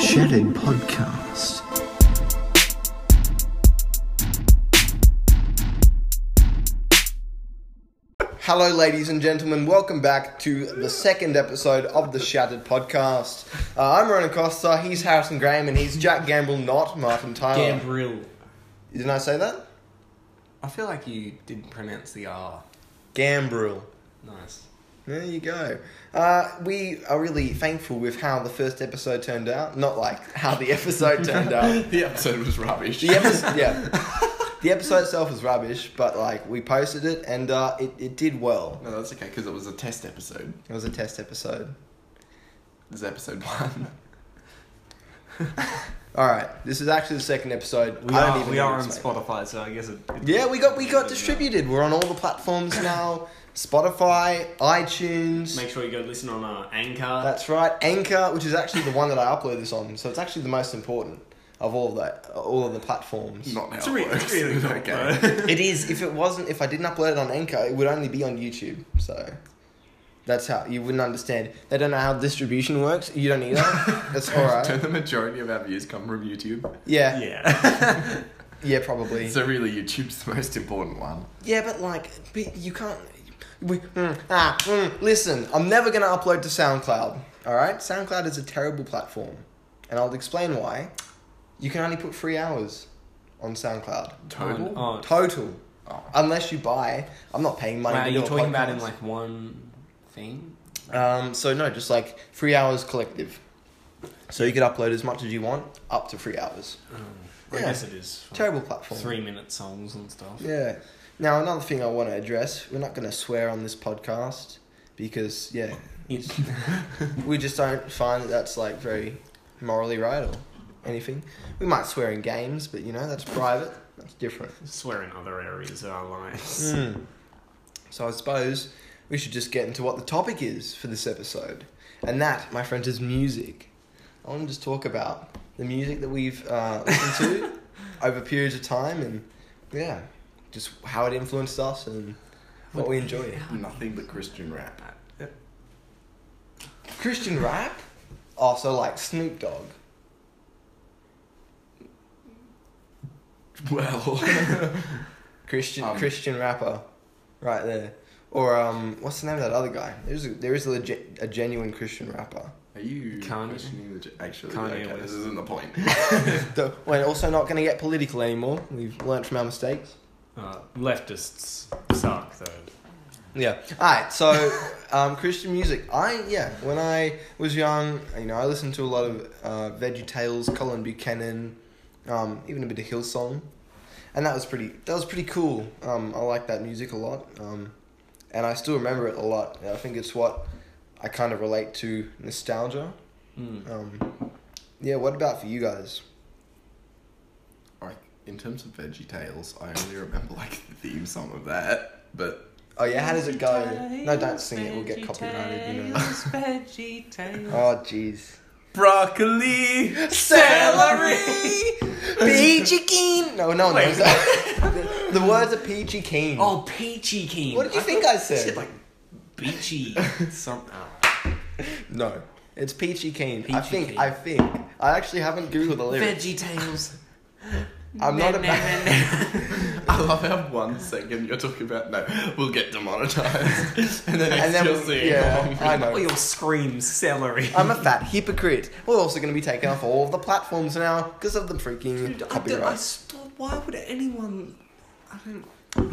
Shedding Podcast. Hello, ladies and gentlemen. Welcome back to the second episode of the Shattered Podcast. Uh, I'm Ronan Costa. He's Harrison Graham, and he's Jack Gamble, not Martin Tyler. Gambril. Didn't I say that? I feel like you didn't pronounce the R. Gambril. Nice. There you go. Uh, we are really thankful with how the first episode turned out. Not like how the episode turned out. The episode was rubbish. The episode, yeah. The episode itself was rubbish, but like we posted it and uh, it, it did well. No, that's okay because it was a test episode. It was a test episode. It was episode one. All right, this is actually the second episode. We I don't are, even we know are what on to say. Spotify, so I guess it. it- Yeah, we got we got it- distributed. We're on all the platforms now: Spotify, iTunes. Make sure you go listen on uh, Anchor. That's right, Anchor, which is actually the one that I upload this on. So it's actually the most important of all that, all of the platforms. Not how it's it really, works. it's really cool. okay. though. It is. If it wasn't, if I didn't upload it on Anchor, it would only be on YouTube. So that's how you wouldn't understand. They don't know how distribution works. You don't either. That's all Don't right. the majority of our views come from YouTube? Yeah, yeah, yeah. probably. So really, YouTube's the most important one. Yeah, but like, but you can't. We, mm, ah, mm, listen, I'm never gonna upload to SoundCloud. All right, SoundCloud is a terrible platform, and I'll explain why. You can only put three hours on SoundCloud Total. Oh, oh. total, Oh. unless you buy. I'm not paying money. Wow, to are do you a talking about podcast. in like one thing? Um, so no, just like three hours collective. So you could upload as much as you want, up to three hours. Oh, I Yeah. guess it is. for Terrible platform. Three minute songs and stuff. Yeah. Now another thing I want to address. We're not going to swear on this podcast because yeah, we just don't find that that's like very morally right or anything. We might swear in games, but you know that's private. That's different. Swear in other areas of our lives. Mm. So I suppose we should just get into what the topic is for this episode, and that, my friends, is music. I want to just talk about the music that we've uh, listened to over periods of time, and yeah, just how it influenced us and what we enjoy. Nothing but Christian rap. Christian rap, also like Snoop Dogg. Well, Christian Um, Christian rapper, right there. Or um, what's the name of that other guy? There's a, there is a legit a genuine Christian rapper. are you Kanye? questioning the? ge- Actually, Kanye okay, West. this isn't the point. So we're also not going to get political anymore. We've learned from our mistakes. Uh, leftists suck, though. Yeah. All right. So um, Christian music. I yeah. When I was young, you know, I listened to a lot of uh, Veggie Tales, Colin Buchanan, um, even a bit of Hillsong, and that was pretty. That was pretty cool. Um, I like that music a lot. Um, and I still remember it a lot. I think it's what I kind of relate to nostalgia. Mm. Um, yeah. What about for you guys? Alright, in terms of Veggie Tales, I only remember like the theme song of that, but Oh yeah. How does it go? No, don't sing it. We'll get copyrighted. You know. Veggie Tales. Oh jeez. broccoli, peachy keen. No, no one knows that. the words are peachy keen. Oh, peachy keen. what did you think I said? like beachy something. no, it's peachy keen. I Peachy think. keen. I think. I actually haven't googled the lyrics. Veggie tales. I'm not a. bad- I love how one second you're talking about no, we'll get demonetized, and then next And then you're singing yeah, along. I know. We'll scream celery. I'm a fat hypocrite. We're also going to be taking off all of the platforms now because of the freaking Dude, I don't- I copyright. st- why would anyone? I don't.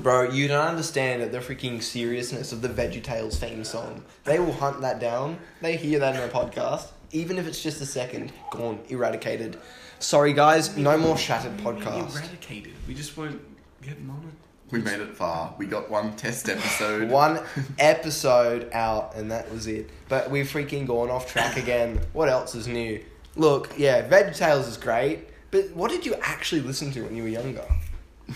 Bro, you don't understand the freaking seriousness of the VeggieTales theme song. They will hunt that down. They hear that in a podcast, even if it's just a second. Gone, eradicated. Sorry, guys, no more shattered We podcast. eradicated. We just won't get monet. We made it far. We got one test episode. One episode out, and that was it. But we've freaking gone off track again. What else is new? Look, yeah, VeggieTales is great, but what did you actually listen to when you were younger?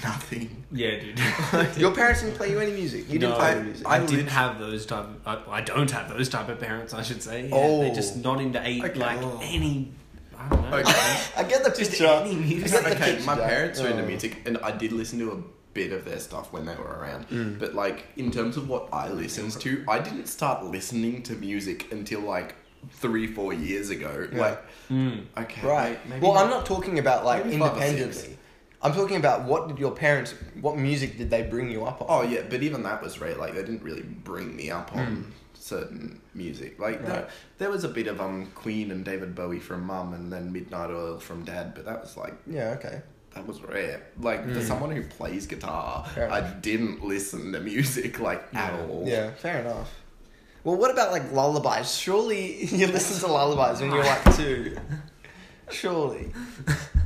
Nothing. Yeah, dude. Your parents didn't play you any music. You didn't No, play any music. I, didn't have those type. Of, I, I don't have those type of parents. I should say. Yeah, Oh. they're just not into eight, Okay. like Oh. any. I don't know. Okay. I get the Just picture. any music. I get the okay, picture, my Jack. parents were into Oh. music, and I did listen to a bit of their stuff when they were around. Mm. But like in terms of what I listened to, I didn't start listening to music until like three, four years ago. Yeah. Like, Mm. okay, Right. may- well, I'm not talking about like maybe five or independently. six. I'm talking about what did your parents, what music did they bring you up on? Oh yeah, but even that was right. Like they didn't really bring me up on certain music. Like there, Mm. Right. there was a bit of um Queen and David Bowie from Mum, and then Midnight Oil from Dad. But that was like Yeah, okay. that was rare. Like for Hmm. someone who plays guitar, Fair I enough. didn't listen to music like at all. Yeah, fair enough. Well, what about like lullabies? Surely you listen to lullabies when you're like two. Surely.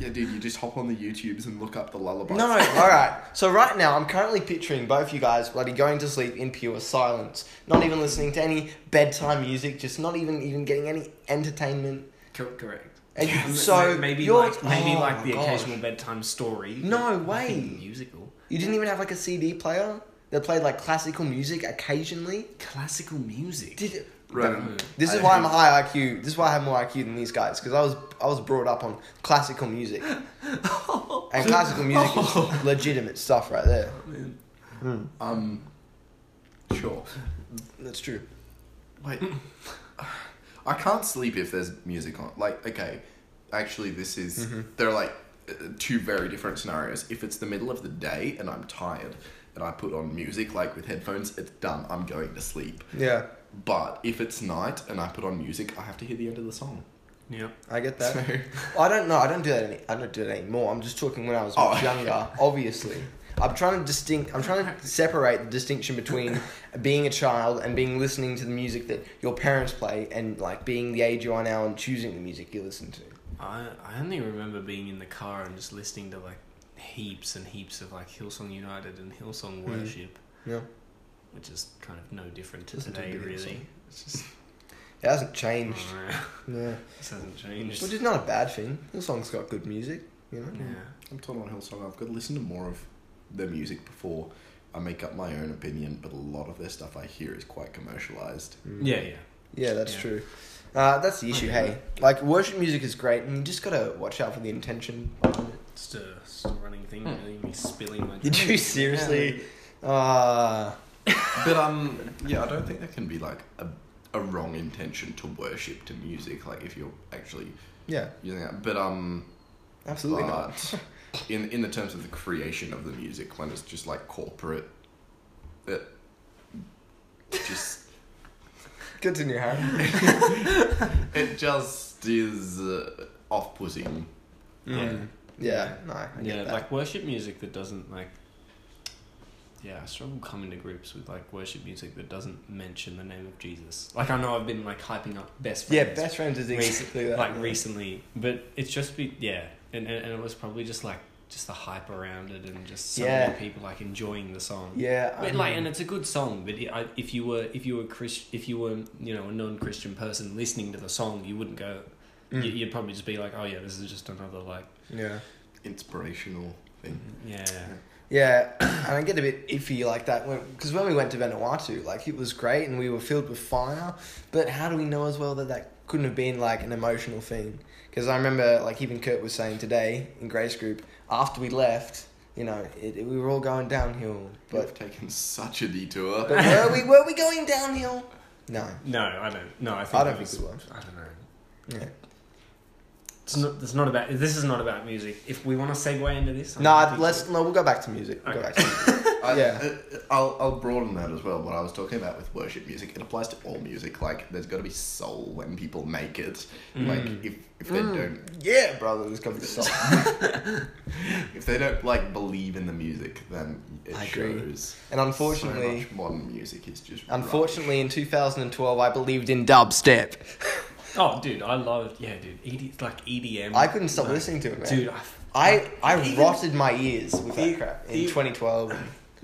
Yeah, dude, you just hop on the YouTubes and look up the lullaby. No, no, alright. So, right now, I'm currently picturing both you guys bloody going to sleep in pure silence. Not even listening to any bedtime music, just not even even getting any entertainment. Cor- correct. And M- so, m- maybe you're- like maybe oh like the my occasional gosh. bedtime story. No but way. nothing Musical. You didn't even have like a CD player that played like classical music occasionally? Classical music. Did it? Right. This is I- why I'm high IQ. This is why I have more IQ than these guys because I was I was brought up on classical music, and classical music Oh. is legitimate stuff right there. Um, sure. That's true. Wait, I can't sleep if there's music on. Like, okay, actually, this is Mm-hmm. there are like uh, two very different scenarios. If it's the middle of the day and I'm tired and I put on music like with headphones, it's done. I'm going to sleep. Yeah, But if it's night and I put on music, I have to hear the end of the song. Yep. I get that. So- Well, I don't know. I don't do that. Any, I don't do that anymore. I'm just talking when I was Oh. much younger. Obviously, I'm trying to distinct. I'm trying to separate the distinction between being a child and being listening to the music that your parents play, and like being the age you are now and choosing the music you listen to. I I only remember being in the car and just listening to like heaps and heaps of like Hillsong United and Hillsong Worship, Mm. Yeah, which is kind of no different to Listen to today Beyonce. really. It's just it hasn't changed. Mm. Yeah. this hasn't changed. Which is not a bad thing. The song's got good music, you know. yeah. I'm torn on Hillsong. I've got to listen to more of their music before I make up my own opinion. But a lot of their stuff I hear is quite commercialized. Yeah, yeah. Yeah, that's Yeah. true. Uh, that's the issue. Okay. Hey, like worship music is great, and you just gotta watch out for the intention behind it. Just a, just a running thing, really. Me spilling my Hmm. Did you drink. seriously? Ah, But um, yeah, I don't think there can be like a, a wrong intention to worship to music. Like if you're actually yeah, using that. But um, absolutely but not. in in the terms of the creation of the music, when it's just like corporate, it just Continue, Harry. it just is uh, off putting. Yeah. Yeah, no, Hmm. I get Yeah, that. like worship music that doesn't like. Yeah, I struggle coming to grips with like worship music that doesn't mention the name of Jesus. Like I know I've been like hyping up best yeah, friends. best friends is exactly that. like recently, but it's just be yeah, and, and and it was probably just like just the hype around it and just so Yeah. many people like enjoying the song. yeah, But um, like, and it's a good song. But it, I, if you were, if you were Chris, if you were, you know, a non-Christian person listening to the song, you wouldn't go. Mm. You, you'd probably just be like, "Oh yeah, this is just another like, yeah, Inspirational thing. yeah, yeah, and I get a bit iffy like that when because when we went to Vanuatu, like it was great and we were filled with fire, but how do we know as well that that couldn't have been like an emotional thing? Because I remember like even Kurt was saying today in Grace Group after we left, you know, it, it- we were all going downhill, We've but taken such a detour. but were we were we going downhill? No, No, I don't. No, I think I don't it think was- we were. I don't know. Yeah. It's not. It's not about. This is not about music. If we want to segue into this, I don't No, think let's so. no. We'll go back to music. We'll go back to music. I, Yeah. I, I'll, I'll broaden that as well. What I was talking about with worship music, it applies to all music. Like, there's got to be soul when people make it. Mm. Mm. Like, if, if they don't, yeah, brother, this comes to stop. if they don't like believe in the music, then it I agree. shows. And unfortunately, so much modern music is just Unfortunately, in 2012, I believed in dubstep. Oh, dude, I loved. Yeah, dude, ED, like E EDM. I couldn't stop like, listening to it, man. Dude, I, I, I Even- rotted my ears with The- that crap in the- 2012.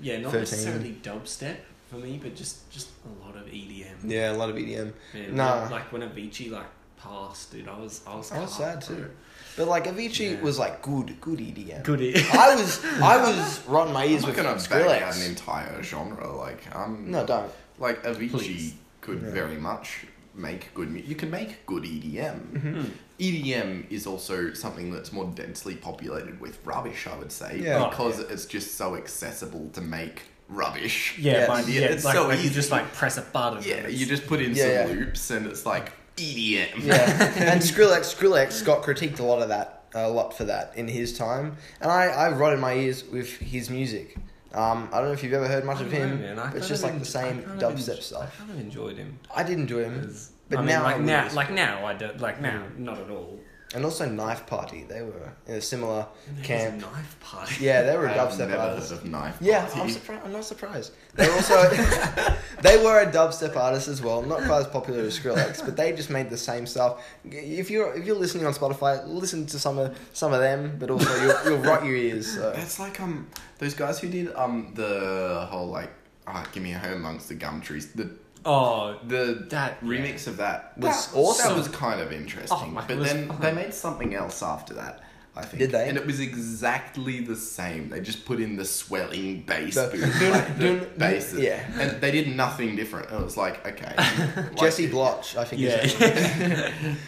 yeah, not 13. necessarily dubstep for me, but just just a lot of E EDM. Yeah, a lot of EDM. Man, Nah. when- Like when Avicii like passed, dude, I was I was, I was sad cut, too. But like Avicii Yeah. was like good, good EDM. bro. Good. ear. I was I was rotting my I'm ears not with gonna back out an Skrillex. entire genre. Like, um, No, don't. like Avicii Please. could Yeah. very much make good music. You can make good E EDM. Mm. EDM E is also something that's more densely populated with rubbish, I would say, Yeah. because it's just so accessible to make rubbish. yeah, Yeah, but yeah, yeah, it's like, so like you easy. just like press a button. and Yeah, it's- you just put in Yeah, some yeah. loops and it's like E EDM. Yeah, and Skrillex, Skrillex got critiqued a lot of that, a lot for that in his time, and I I've rotted my ears with his music. Um, I don't know if you've ever heard much of him. but it's just like the same dubstep I stuff. kind of enjoyed him. I didn't do him, 'cause- but I mean, now Hmm. I like would. now, like now, I don't like now, not at all. and also Knife Party. They were in a similar camp. knife party. Yeah, they were a I have dubstep never artist. heard of Knife Yeah, Party. I'm surprised. I'm not surprised. They also they were a dubstep artist as well, not quite as popular as Skrillex, but they just made the same stuff. If you're if you're listening on Spotify, listen to some of some of them, but also you'll, you'll rot your ears. So. That's like um those guys who did um the whole like ah give me a home amongst the gum trees the Oh, the That- remix of that That was was also so- was kind of interesting. Oh, my- but was then fun. they made something else after that. I think. Did they? And it was exactly the same. They just put in the swelling bass The- boom, like dun- the dun- bass. yeah. And they did nothing different. It was like okay, like- Jesse Blotch, I think. is yeah. it.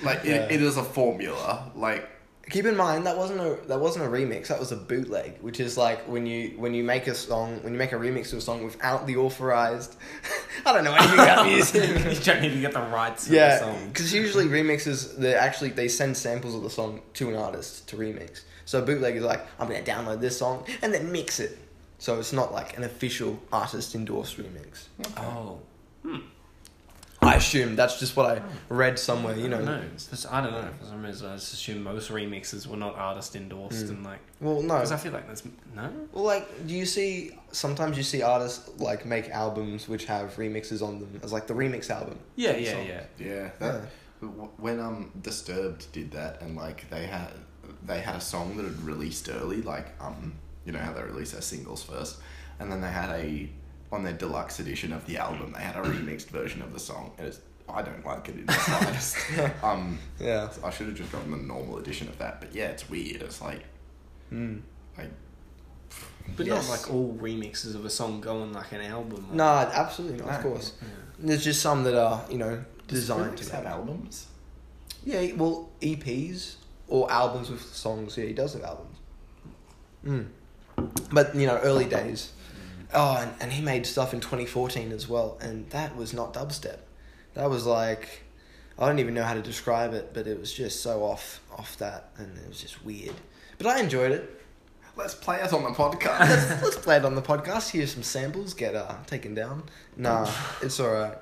Like it, it is a formula. Like Keep in mind that wasn't a that wasn't a remix. That was a bootleg, which is like when you when you make a song when you make a remix of a song without the authorized. I don't know anything about music. you don't even get the rights to the Yeah, song. because usually remixes they actually they send samples of the song to an artist to remix. So a bootleg is like I'm gonna download this song and then mix it. So it's not like an official artist endorsed remix. Oh. I assume that's just what I read somewhere. You know, no, it's just- I don't know. For some reason, I just assume most remixes were not artist endorsed Mm. and like. well, no, Because I feel like that's no. Well, like, do you see sometimes you see artists like make albums which have remixes on them as like the remix album? Yeah, yeah, yeah, songs. yeah. Yeah, Yeah. that, w when um Disturbed did that, and like they had they had a song that had released early, like um you know how they release their singles first, and then they had a on their deluxe edition of the album they had a remixed version of the song, and it's I don't like it in the slightest. um, Yeah. I should have just gotten the normal edition of that, but yeah, it's weird. It's like like But Hmm. Yes. not like all remixes of a song go on like an album. or- No, absolutely not. Of No. course, Yeah. there's just some that are you know designed Does to Skrillex have that. albums. Yeah, well, EPs or albums with songs. Yeah, he does have albums. Mm. But you know, early days. Oh, and, and he made stuff in 2014 as well, and that was not dubstep. That was like, I don't even know how to describe it, but it was just so off, off that, and it was just weird. But I enjoyed it. Let's play it on the podcast. Let's, let's play it on the podcast. Here's some samples get uh, taken down. Nah, it's all right.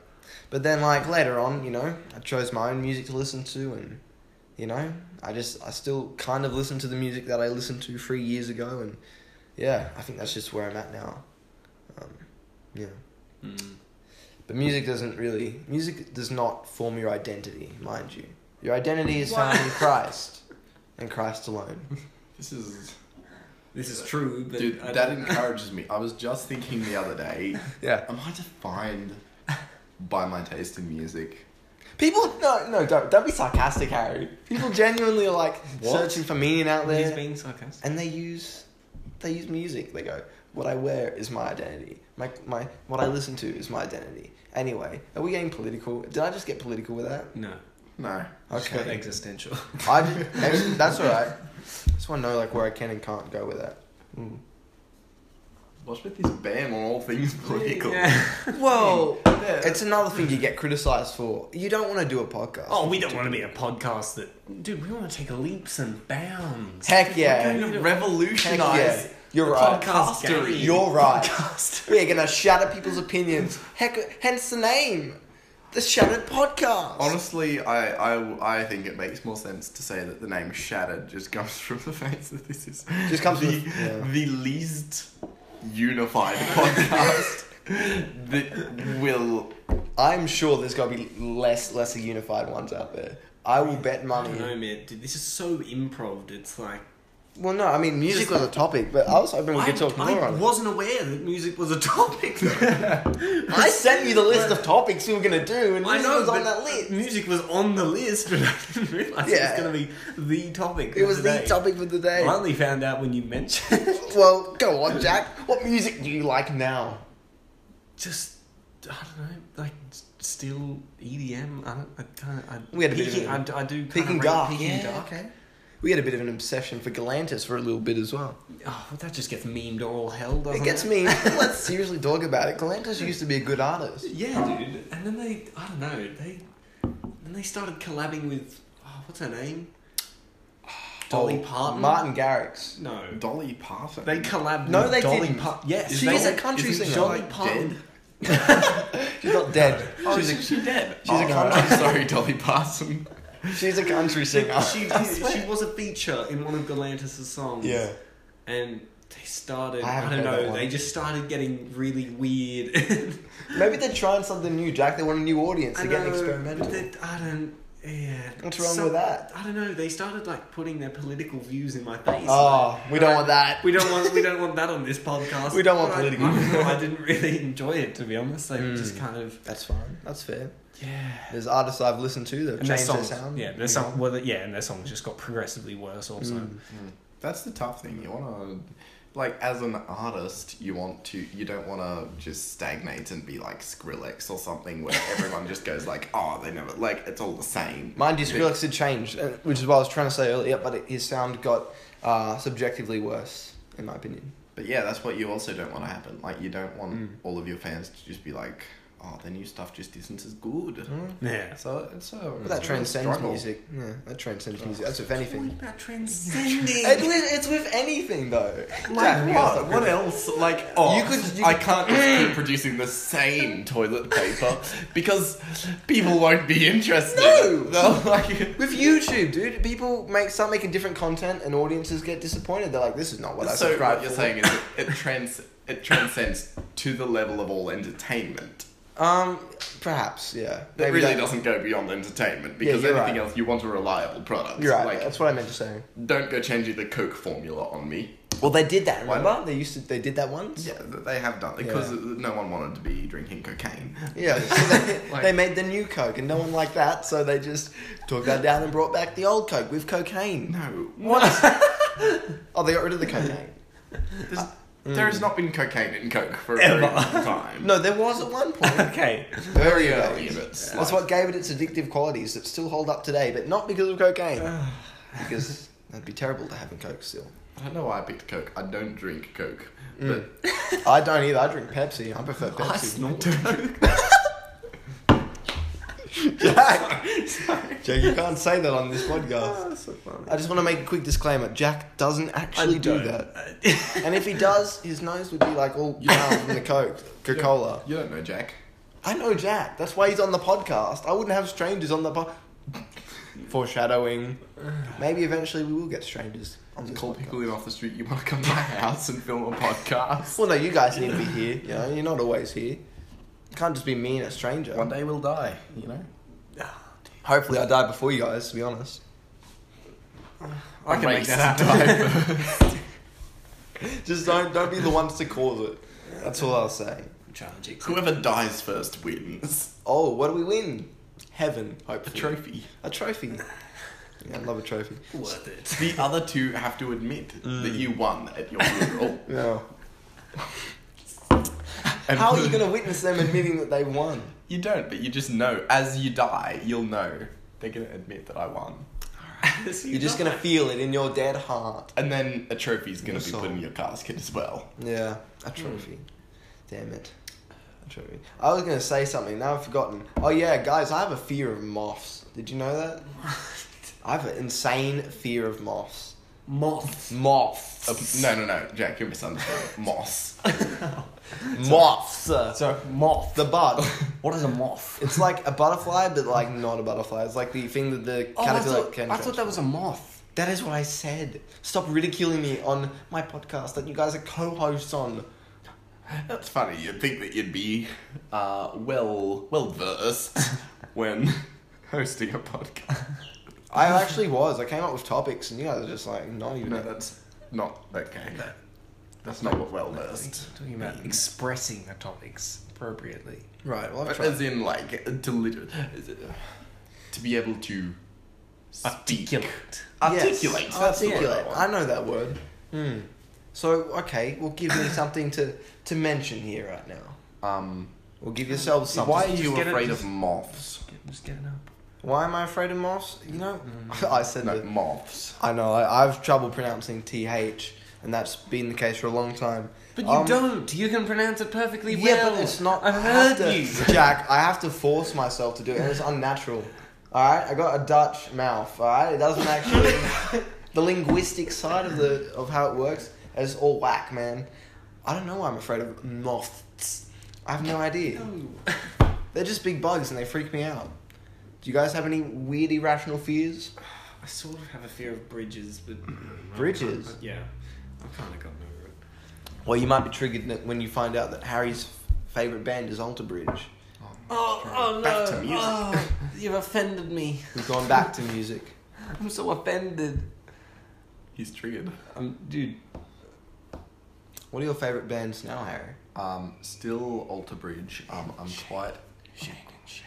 But then, like later on, you know, I chose my own music to listen to, and you know, I just I still kind of listen to the music that I listened to three years ago, and yeah, I think that's just where I'm at now. Um, yeah, Mm. but music doesn't really music does not form your identity, mind you. Your identity is found in Christ, and Christ alone. this is. This is true, but Dude, I that don't- encourages me. I was just thinking the other day, Yeah, am I defined by my taste in music? people no no don't don't be sarcastic, Harry. People genuinely are like What? searching for meaning out there. He's being sarcastic. and they use they use music. They go, "What I wear is my identity. My my what I listen to is my identity." Anyway, are we getting political? Did I just get political with that? No. No. Just got Okay, existential. I ju- actually, that's all right. Just want to know like where I can and can't go with that. What's with this ban on all things political? Yeah. Whoa, it's another thing you get criticized for. You don't want to do a podcast. Oh, we don't want to be a podcast that. Dude, we want to take leaps and bounds. heck We're yeah, going to heck revolutionize yeah. You're right. podcast Podcastery. game. You're right. Podcastery. We're gonna shatter people's opinions. Heck, hence the name, the Shattered Podcast. Honestly, I, I, I think it makes more sense to say that the name Shattered just comes from the fact that this is Just comes the, with- yeah. the least unified podcast that will. I'm sure there's got to be less lesser unified ones out there. I will bet I don't know, money. man. Dude, this is so improv. It's like Well, no, I mean music was a topic, but I was hoping we I, could talk I more on it. wasn't aware that music was a topic. I sent you the list of topics we were gonna do, and I music know was on but that list. Music was on the list, but I didn't realize Yeah. it was going to be the topic. It was of the day. topic for the I day. only found out when you mentioned. Well, go on, Jack. What music do you like now? Just I don't know, like s- still EDM. I don't. I kind of. I, We had a bit of peeking, an- I, I do. kinda Peking rate Dark. Peking yeah, Dark. okay. We had a bit of an obsession for Galantis for a little bit as well. Oh, well, that just gets memed to all hell, It doesn't it? gets me. Let's seriously talk about it. Galantis used to be a good artist. Yeah, dude. And then they, I don't know, they Then they started collabing with oh, what's her name? Dolly Oh, Parton. Martin Garrix. No, Dolly Parton. they collabed. No, with they Dolly didn't. Parton. Yes, Is she that is a what- country isn't singer. she, Dolly like, Parton. dead? She's not dead. Oh, she's, she, she dead. she's a oh, country- sorry, Dolly Parton. a, she's a country singer. Oh, She did, she was a feature in one of Galantis' songs. yeah. and they started. I I, haven't don't heard that know. one. They just started getting really weird. to Maybe they're trying something new, Jack. They want a new audience. They're getting experimental. I don't. Yeah. What's wrong some- with that? I don't know. They started like putting their political views in my face. Oh, we don't want that. We don't want we don't want that on this podcast. We don't want But I- political- I, don't know, I didn't really enjoy it to be honest. They were just Mm. kind of That's fine. That's fair. yeah. There's artists I've listened to that have And their changed their songs, sound. yeah, their song, well, yeah, and their songs just got progressively worse. Also, Mm. That's the tough thing. You want to, like, as an artist, you want to, you don't want to just stagnate and be like Skrillex or something where everyone just goes like, oh, they never, like, it's all the same. Mind you, But- Skrillex had changed, uh, which is what I was trying to say earlier, but it, his sound got uh, subjectively worse, in my opinion. But yeah, that's what you also don't want to happen. Like, you don't want Mm. all of your fans to just be like, oh, their new stuff just isn't as good. Hmm. yeah. So it's a But Hmm. that it's a transcends Mm. struggle. music. Yeah, that transcends Oh. music. That's with anything. Talking about transcending. It, li- it's with anything, though. Like Jack, what? What else? Like oh, You could- you I could- can't just keep producing the same toilet paper because people won't be interested. No! They'll, like, With YouTube, dude, people make start making different content, and audiences get disappointed. They're like, "This is not what I so subscribed what you're for." saying is it, it trans it transcends to the level of all entertainment. um, perhaps, yeah. It Maybe really that- doesn't go beyond entertainment because you're anything right. else you want a reliable product. You're right. Like that's what I meant to say. don't go changing the Coke formula on me. Well, they did that. Why Remember, they used to. They did that once. Yeah, th- they have done because no one wanted to be drinking cocaine. Yeah, so they, Like- they made the new Coke, and no one liked that, so they just took that down and brought back the old Coke with cocaine. No, Uh, What? oh, they got rid of the cocaine. There's, There has not been cocaine in Coke for a very Ever. long time. No, there was at one point. okay. Very early early. in its That's life. what gave it its addictive qualities that still hold up today, but not because of cocaine. I Because that'd be terrible to have in Coke still. I don't know why I picked Coke. I don't drink Coke. Mm. I don't either. I drink Pepsi. I prefer Pepsi. snorted. Jack! Jack, you can't say that on this podcast. so funny. I just want to make a quick disclaimer. Jack doesn't actually do that. And if he does, his nose would be like all brown from the Coke, Coca Cola. You don't know Jack. I know Jack. That's why he's on the podcast. I wouldn't have strangers on the po- Foreshadowing. Maybe eventually we will get strangers on the Call podcast. people in off the street. You want to come to my house and film a podcast? Well, no, you guys need to be here. You know, you're not always here. You can't just be me and a stranger. One day we'll die. You know. Hopefully, I die before you guys. To be honest, I can make that happen. just don't don't be the ones to cause it. That's all I'll say. Tragic. Whoever dies first wins Oh, what do we win? Heaven, a hopefully. trophy. A trophy. Yeah, I love a trophy. Worth it. The other two have to admit that you won at your funeral. Yeah. And How are you going to witness them admitting that they won? You don't, but you just know. As you die, you'll know. They're gonna admit that I won. You're just going to feel it in your dead heart. And then a trophy's gonna Your be soul. put in your casket as well. Yeah, a trophy. Damn it. A trophy. I was going to say something, now I've forgotten. Oh, yeah, guys, I have a fear of moths. Did you know that? I have an insane fear of moths. moth. Moths. Uh, no, no, no, Jack, you're misunderstanding. Moss. moths. So moth. The bud. what is a moth? It's like a butterfly, but like not a butterfly. It's like the thing that the caterpillar I thought, can. I thought that was a moth. that is what I said. Stop ridiculing me on my podcast that you guys are co-hosts on. That's funny. You'd think that you'd be uh, well well versed when hosting a podcast. I actually was. I came up with topics, and you guys are just like not even. No, that's not okay. That's not what well versed. Talking about expressing the topics appropriately. Right. Well, I've As tried. in, like, to liter- to be able to speak. Articulate. Yes, That's the word I articulate. want. I know that word. Hmm. So okay, well, give me something to to mention here right now. Um, Well, give yourselves something. why are just you get it, afraid just- of moths? Just get it up. Why am I afraid of moths? You know, I said Mm. No, that. moths. I know. I, I have trouble pronouncing th, and that's been the case for a long time. But you Um, don't. You can pronounce it perfectly Yeah, well. but it's not. I've I have heard you. to- Jack. I have to force myself to do it, and it's unnatural. All right, I got a Dutch mouth. All right, it doesn't actually. the linguistic side of the of how it works is all whack, man. I don't know why I'm afraid of moths. I have no idea. They're just big bugs and they freak me out. Do you guys have any weird irrational fears? I sort of have a fear of bridges, but Bridges? I- yeah, I've kind of gotten over it. Well, you might be triggered n- when you find out that Harry's favorite band is Alter Bridge. Oh, oh, Back no. to music. Oh, you've offended me. He's gone back to music. I'm so offended. He's triggered. Um, dude, What are your favorite bands now, Harry? Um, still Alter Bridge. Um, I'm quite. Shane and Shane.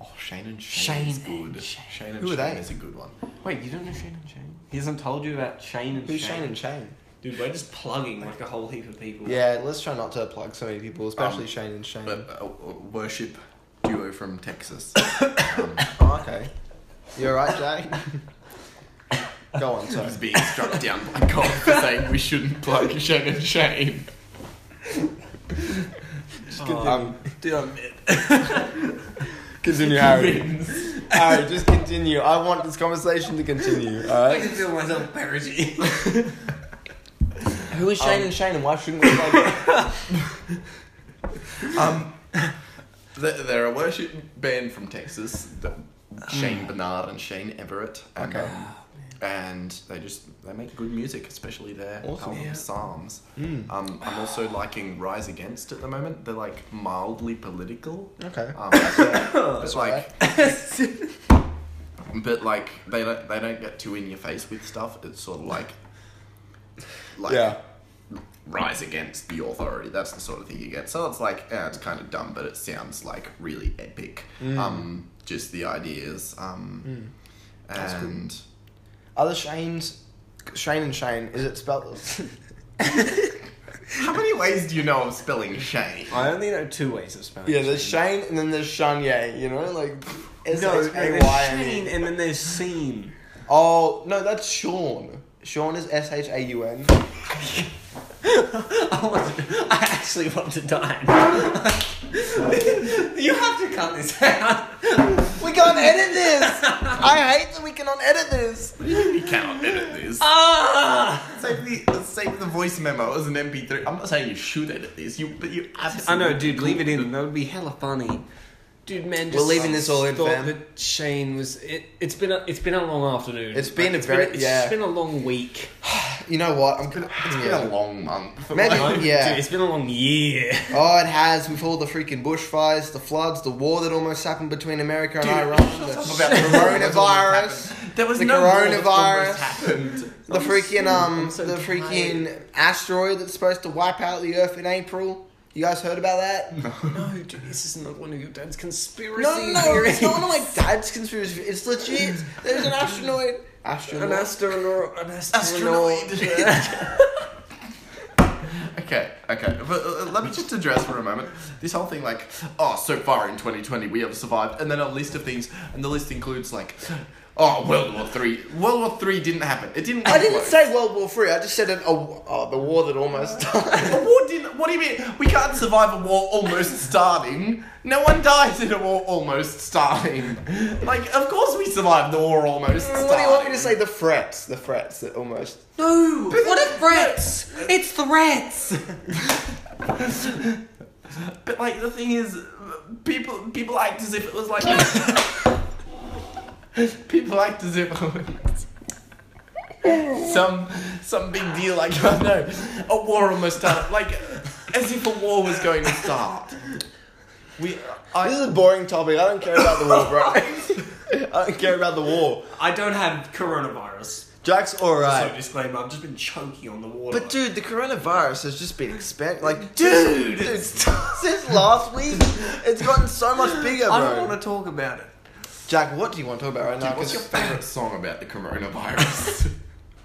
Oh, Shane and Shane, Shane is and good. Shane. Shane and Who are Shane they? is a good one. wait, you don't know Shane and Shane? He hasn't told you about Shane and Who's Shane. Shane and Shane? Dude, we're just plugging like a whole heap of people. Yeah, let's try not to plug so many people, especially Shane and Shane. But a, a worship duo from Texas. um, oh, okay. You alright, Jay? Go on, I sorry. was being struck down by God for saying we shouldn't plug Shane and Shane. Um, Dude, I'm mid. continue, Harry. Harry, just continue. I want this conversation to continue, I alright? can feel myself parody. Who is Shane and Shane and why shouldn't we plug it? Um, they're, they're a worship band from Texas. the- Shane Bernard and Shane Everett. And, Hmm. Okay. um, and they just they make good music, especially their Awesome. album Yeah. Psalms. Mm. Um, I'm also liking Rise Against at the moment. They're like mildly political. Okay. Um, but like, alright. but like they don't they don't get too in your face with stuff. It's sort of like, like yeah. rise against the authority. That's the sort of thing you get. So it's like, eh, it's kind of dumb, but it sounds like really epic. Um, just the ideas. Um, That's good. and Other Shane's. Shane and Shane, is it spelled. how many ways do you know of spelling Shane? I only know two ways of spelling yeah, there's Shane and then there's Shanye, you know? Like. S No, H no, A there's Y N E. Shane and then there's Scene. Oh no, that's Sean. Sean is S H A U N. I, want to, I actually want to die. you have to cut this out. We can't edit this. I hate that we cannot edit this. You cannot edit this. Ah! Save the save the voice memo as an MP3. I'm not saying you should edit this. You but you I absolutely. know, dude, leave it in. That would be hella funny. Dude, man, just We're leaving this all in, thought fam. that Shane was. It, it's been a it's been a long afternoon. It's been a it's very- been, it's yeah. just been a long week. You know what? I'm gonna. It's been a long month. Maybe- Like, Yeah. Dude, it's been a long year. Oh, it has. With all the freaking bushfires, the floods, the war that almost happened between America and Iran, the about the war that's almost coronavirus, There was The no war that coronavirus. almost happened. the freaking um, I'm so the tired. freaking asteroid that's supposed to wipe out the Earth in April. You guys heard about that? no, dude, this is another one of your dad's conspiracy No, no, theories. it's not one of my dad's conspiracy. It's legit. There's an asteroid. An Astronaut. astronaut. An astronaut. Asteroid. okay, okay. But uh, let me just address for a moment this whole thing like, oh, so far in 2020 we have survived, and then a list of things, and the list includes like, oh, World War Three. World War Three didn't happen. It didn't. I didn't explode. say World War Three. I just said an, oh, oh, the war that almost died. A war didn't. What do you mean? We can't survive a war almost starting. No one dies in a war almost starting. Like, of course we survived the war almost starting. what do you want me to say? The frets, the frets that almost. No! What a threats! It's threats! But like the thing is, people people act as if it was like. people act as if. some some big deal like oh no, a war almost started like as if a war was going to start. We I. This is a boring topic. I don't care about the war, bro. I don't care about the war. I don't have coronavirus. Jack's So alright. disclaimer, I've just been choking on the water. But dude, the coronavirus has just been expanding. Like, Dude, dude, since last week, it's gotten so much bigger, bro. I don't want to talk about it. Jack, what do you want to talk about right now? What's your 'Cause favorite song about the coronavirus?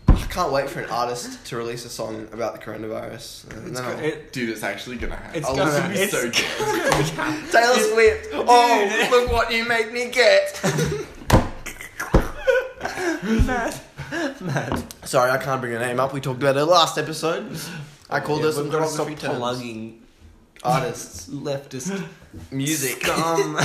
I can't wait for an artist to release a song about the coronavirus. Uh, no, no. It, Dude, it's actually gonna happen. Oh, It's I'll gonna listen to happen. so good. Taylor Swift. Oh, look what you made me get. mad. Mad. Sorry, I can't bring her name up. We talked about her last episode. I called her some We've got to stop derogatory terms. plugging Artists. leftist music. Um,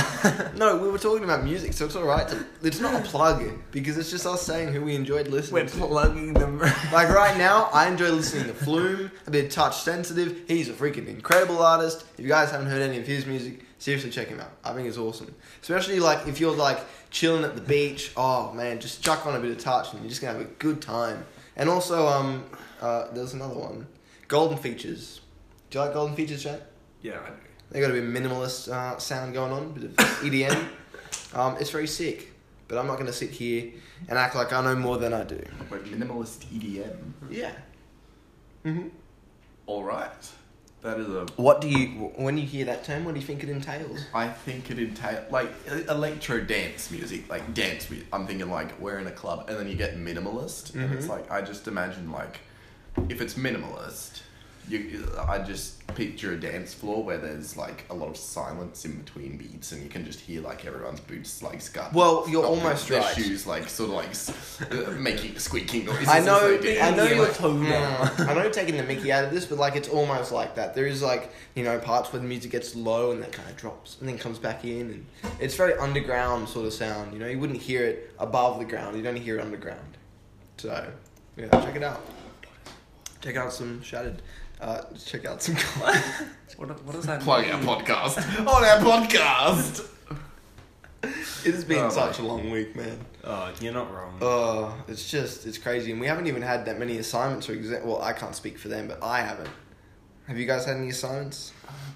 no, we were talking about music, so it's all right. To, it's not a plug because it's just us saying who we enjoyed listening We're to. plugging them. Like right now, I enjoy listening to Flume, a bit touch sensitive. He's a freaking incredible artist. If you guys haven't heard any of his music, seriously check him out. I think it's awesome. Especially like if you're like chilling at the beach, oh man, just chuck on a bit of touch and you're just gonna have a good time. And also, um, uh, there's another one, Golden Features. Do you like Golden Features, Jack? yeah, I do. They got a bit of minimalist uh, sound going on, bit of EDM. um, it's very sick, but I'm not gonna sit here and act like I know more than I do. Wait, minimalist E EDM. Yeah. hmm All right. That is a. What do you, wh- when you hear that term, what do you think it entails? I think it entails like e- electro dance music, like dance music. I'm thinking like we're in a club, and then you get minimalist, and it's Mhm. like I just imagine like if it's minimalist, you I just picture a dance floor where there's like a lot of silence in between beats, and you can just hear like everyone's boots like scuff. Well, you're scuffing, almost their right. shoes like sort of like s- uh, making squeaking noises. I as know, they I dance. know Like, you're Mm, I know you're taking the Mickey out of this, but like it's almost like that. There is like you know parts where the music gets low and that kind of drops and then comes back in, and it's very underground sort of sound. You know, you wouldn't hear it above the ground. You'd only hear it underground. So yeah, check it out. Check out some shattered. Uh, check out some. What, what does that plug mean? our podcast on our podcast. it has been Oh, such a long week, man. Oh, you're not wrong. Oh, it's just it's crazy, and we haven't even had that many assignments or exa- Well, I can't speak for them, but I haven't. Have you guys had any assignments?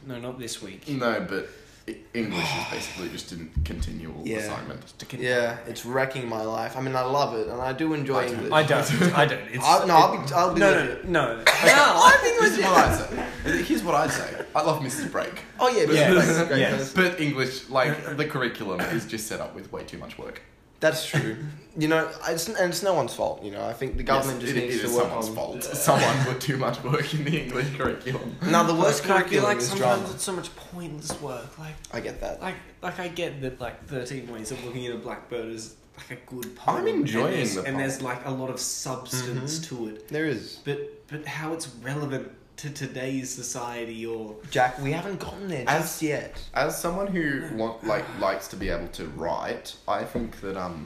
No, not this week. No, but i- English is basically just a continual Yeah. assignment. Yeah, it's wrecking my life. I mean, I love it, and I do enjoy I don't- English. I don't. I don't. It's, I'll, no, I'll be. I'll be. no, legit. no, no. I think This is what I'd say. Here's what I'd say. I love Mrs. Break. Oh yeah, Yeah. yeah. That's, a great Yes. person. But English, like, the curriculum is just set up with way too much work. that's true. You know, it's and it's no one's fault. You know, I think the government Yes, just it- needs it to is work someone's on. fault. Someone put too much work in the English curriculum. Now the worst Like, I feel curriculum like is sometimes drama. it's so much pointless work. Like, I get that. like, like I get that. Like, thirteen ways of looking at a blackbird is like a good poem. I'm enjoying and there's, the and there's poem. like a lot of substance to it. There is But but how it's relevant to today's society or Jack. We haven't gotten there As- just yet. As someone who want, like likes to be able to write, I think that um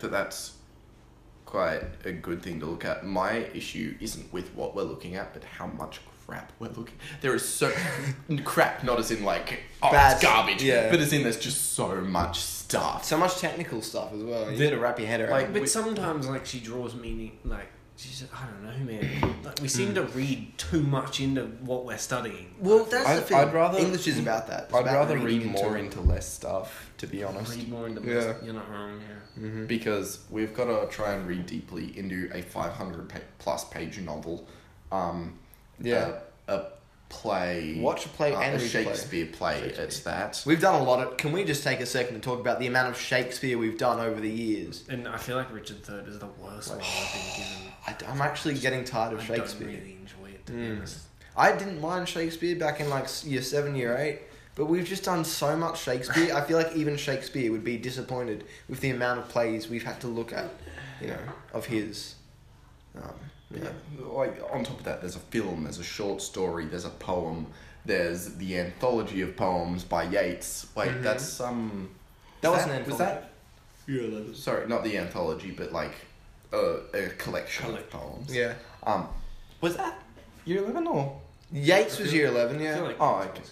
that that's quite a good thing to look at. My issue isn't with what we're looking at, but how much crap we're looking. There is so crap, not as in like oh Bad it's garbage, stuff, yeah. but as in there's just so much stuff. So much technical stuff as well. You The- need to wrap your head around. like, But sometimes, like, she draws meaning, like, she's, I don't know, man. Like, we seem to read too much into what we're studying. Well, that's I'd- the thing. I'd rather- English is about that. It's I'd about rather reading read more it. into less stuff, to be honest. Read more into Yeah. Mm-hmm. You're not wrong, yeah. because we've got to try and read deeply into a 500 pa- plus page novel um Yeah. a, a play Watch a play and read a a play. uh, shakespeare play, it's that We've done a lot of. Can we just take a second to talk about the amount of Shakespeare we've done over the years? And I feel like Richard III is the worst one I've been given. I, am actually getting tired of I Shakespeare. don't really enjoy it, to be Mm. honest. I didn't mind Shakespeare back in like s- year seven, year eight, but we've just done so much Shakespeare. I feel like even Shakespeare would be disappointed with the amount of plays we've had to look at, you know, of his. Um, yeah. Yeah, like on top of that there's a film there's a short story there's a poem there's the anthology of poems by yeats wait Mhm. that's um That was was an was anthology. that sorry not the anthology but like uh, a collection of Collect- poems Yeah. um was that year 11 or Yates was year eleven. I Yeah. feel like oh okay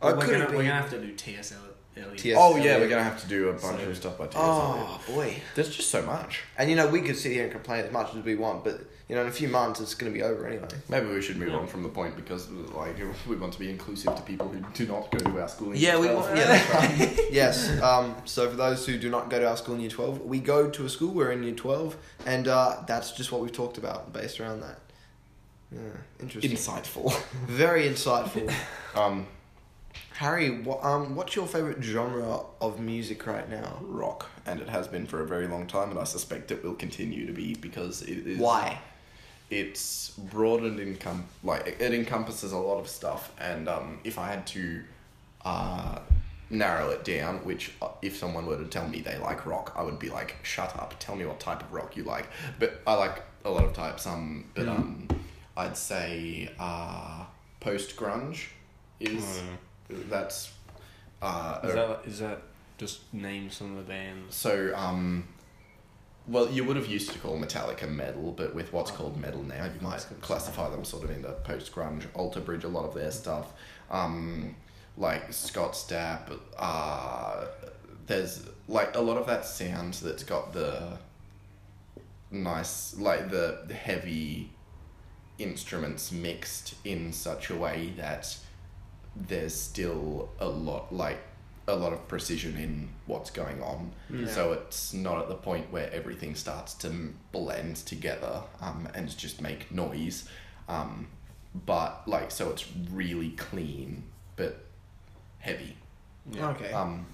Oh, it Well, we're, could gonna, have we're been. gonna have to do TSL Eliot. T.S. Oh yeah, Eliot. we're gonna have to do a bunch So- of stuff by TSL. Oh boy. There's just so much. And you know, we could sit here and complain as much as we want, but you know, in a few months it's going to be over anyway. Maybe we should move Yeah. on from the point because like we want to be inclusive to people who do not go to our school. in Yeah, we Australia. want. Yeah, that's right. yes. Um, so for those who do not go to our school in Year Twelve, we go to a school. We're in Year Twelve, and uh, that's just what we've talked about, based around that. Yeah, interesting. insightful. Very insightful. Um, Harry, what, um, what's your favorite genre of music right now? rock, and it has been for a very long time, and I suspect it will continue to be because it is. Why? It's broad and encom- like it- it encompasses a lot of stuff, and um, if I had to. Uh, narrow it down which uh, if someone were to tell me they like rock i would be like shut up tell me what type of rock you like but i like a lot of types um Hmm. but um i'd say uh post grunge is that's Uh, Hmm. Is that is that just name some of the bands? so, um, well, you would have used to call Metallica metal, but with what's called metal now, you might classify them sort of into post grunge, alter bridge, a lot of their stuff. Um, like Scott Stapp, uh, there's like a lot of that sound that's got the nice, like the the heavy instruments mixed in such a way that there's still a lot like a lot of precision in what's going on so it's not at the point where everything starts to m- blend together um, and just make noise um, but like so it's really clean but heavy Okay. um,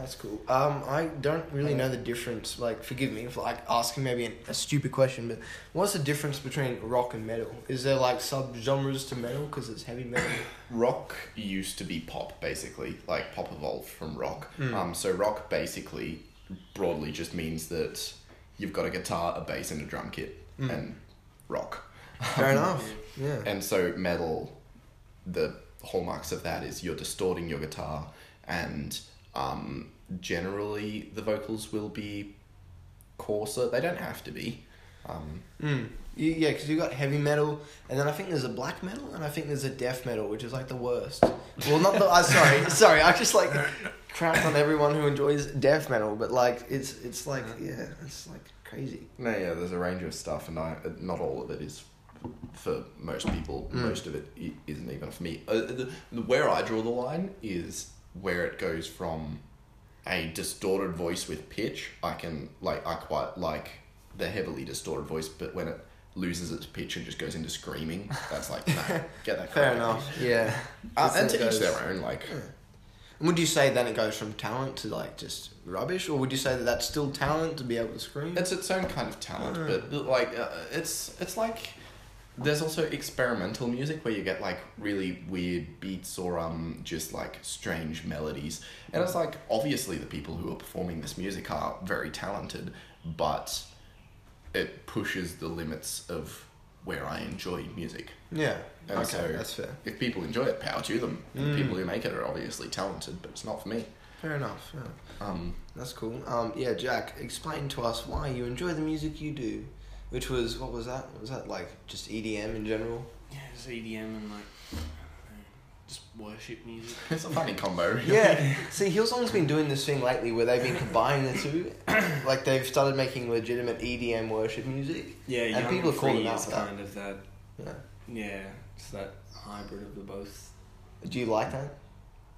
That's cool. Um, I don't really know the difference. Like, forgive me for like asking maybe an, a stupid question, but what's the difference between rock and metal? Is there like subgenres to metal because it's heavy metal? rock used to be pop basically like pop evolved from rock um, so rock basically broadly just means that you've got a guitar a bass and a drum kit and rock Fair enough. Yeah. and so metal the hallmarks of that is you're distorting your guitar and um, generally the vocals will be coarser they don't have to be um, Mm. You, yeah, because you got heavy metal, and then I think there's a black metal, and I think there's a death metal, which is like the worst. Well, not the. I sorry, sorry. I just like crap on everyone who enjoys death metal, but like it's it's like yeah, it's like crazy. no yeah there's a range of stuff and I, not all of it is for most people Mm. most of it i- isn't even for me uh, the, the- where i draw the line is where it goes from a distorted voice with pitch i can like i quite like the heavily distorted voice but when it loses its pitch and just goes into screaming that's like nah, get that Fair crap out of enough. Yeah. here. uh, Then and to it goes- each their own like And Would you say then it goes from talent to like just rubbish, or would you say that that's still talent to be able to scream? It's its own kind of talent, Hmm. but like uh, it's it's like there's also experimental music where you get like really weird beats or um just like strange melodies, and it's like obviously the people who are performing this music are very talented, but it pushes the limits of where I enjoy music. yeah. And okay, so- that's fair. If people enjoy it, power to them. Hmm. And the people who make it are obviously talented, but it's not for me. Fair enough. Yeah. Um, That's cool. Um, yeah, Jack, explain to us why you enjoy the music you do, which was what was that? Was that like just EDM in general? Yeah, it's EDM and like just worship music. it's a funny combo. really. Yeah. See, Hillsong's been doing this thing lately where they've been combining the two, like they've started making legitimate EDM worship music. Yeah, And Young people and are calling Free out is for that. kind of that. Yeah. Yeah, it's that hybrid of the both. Do you like that?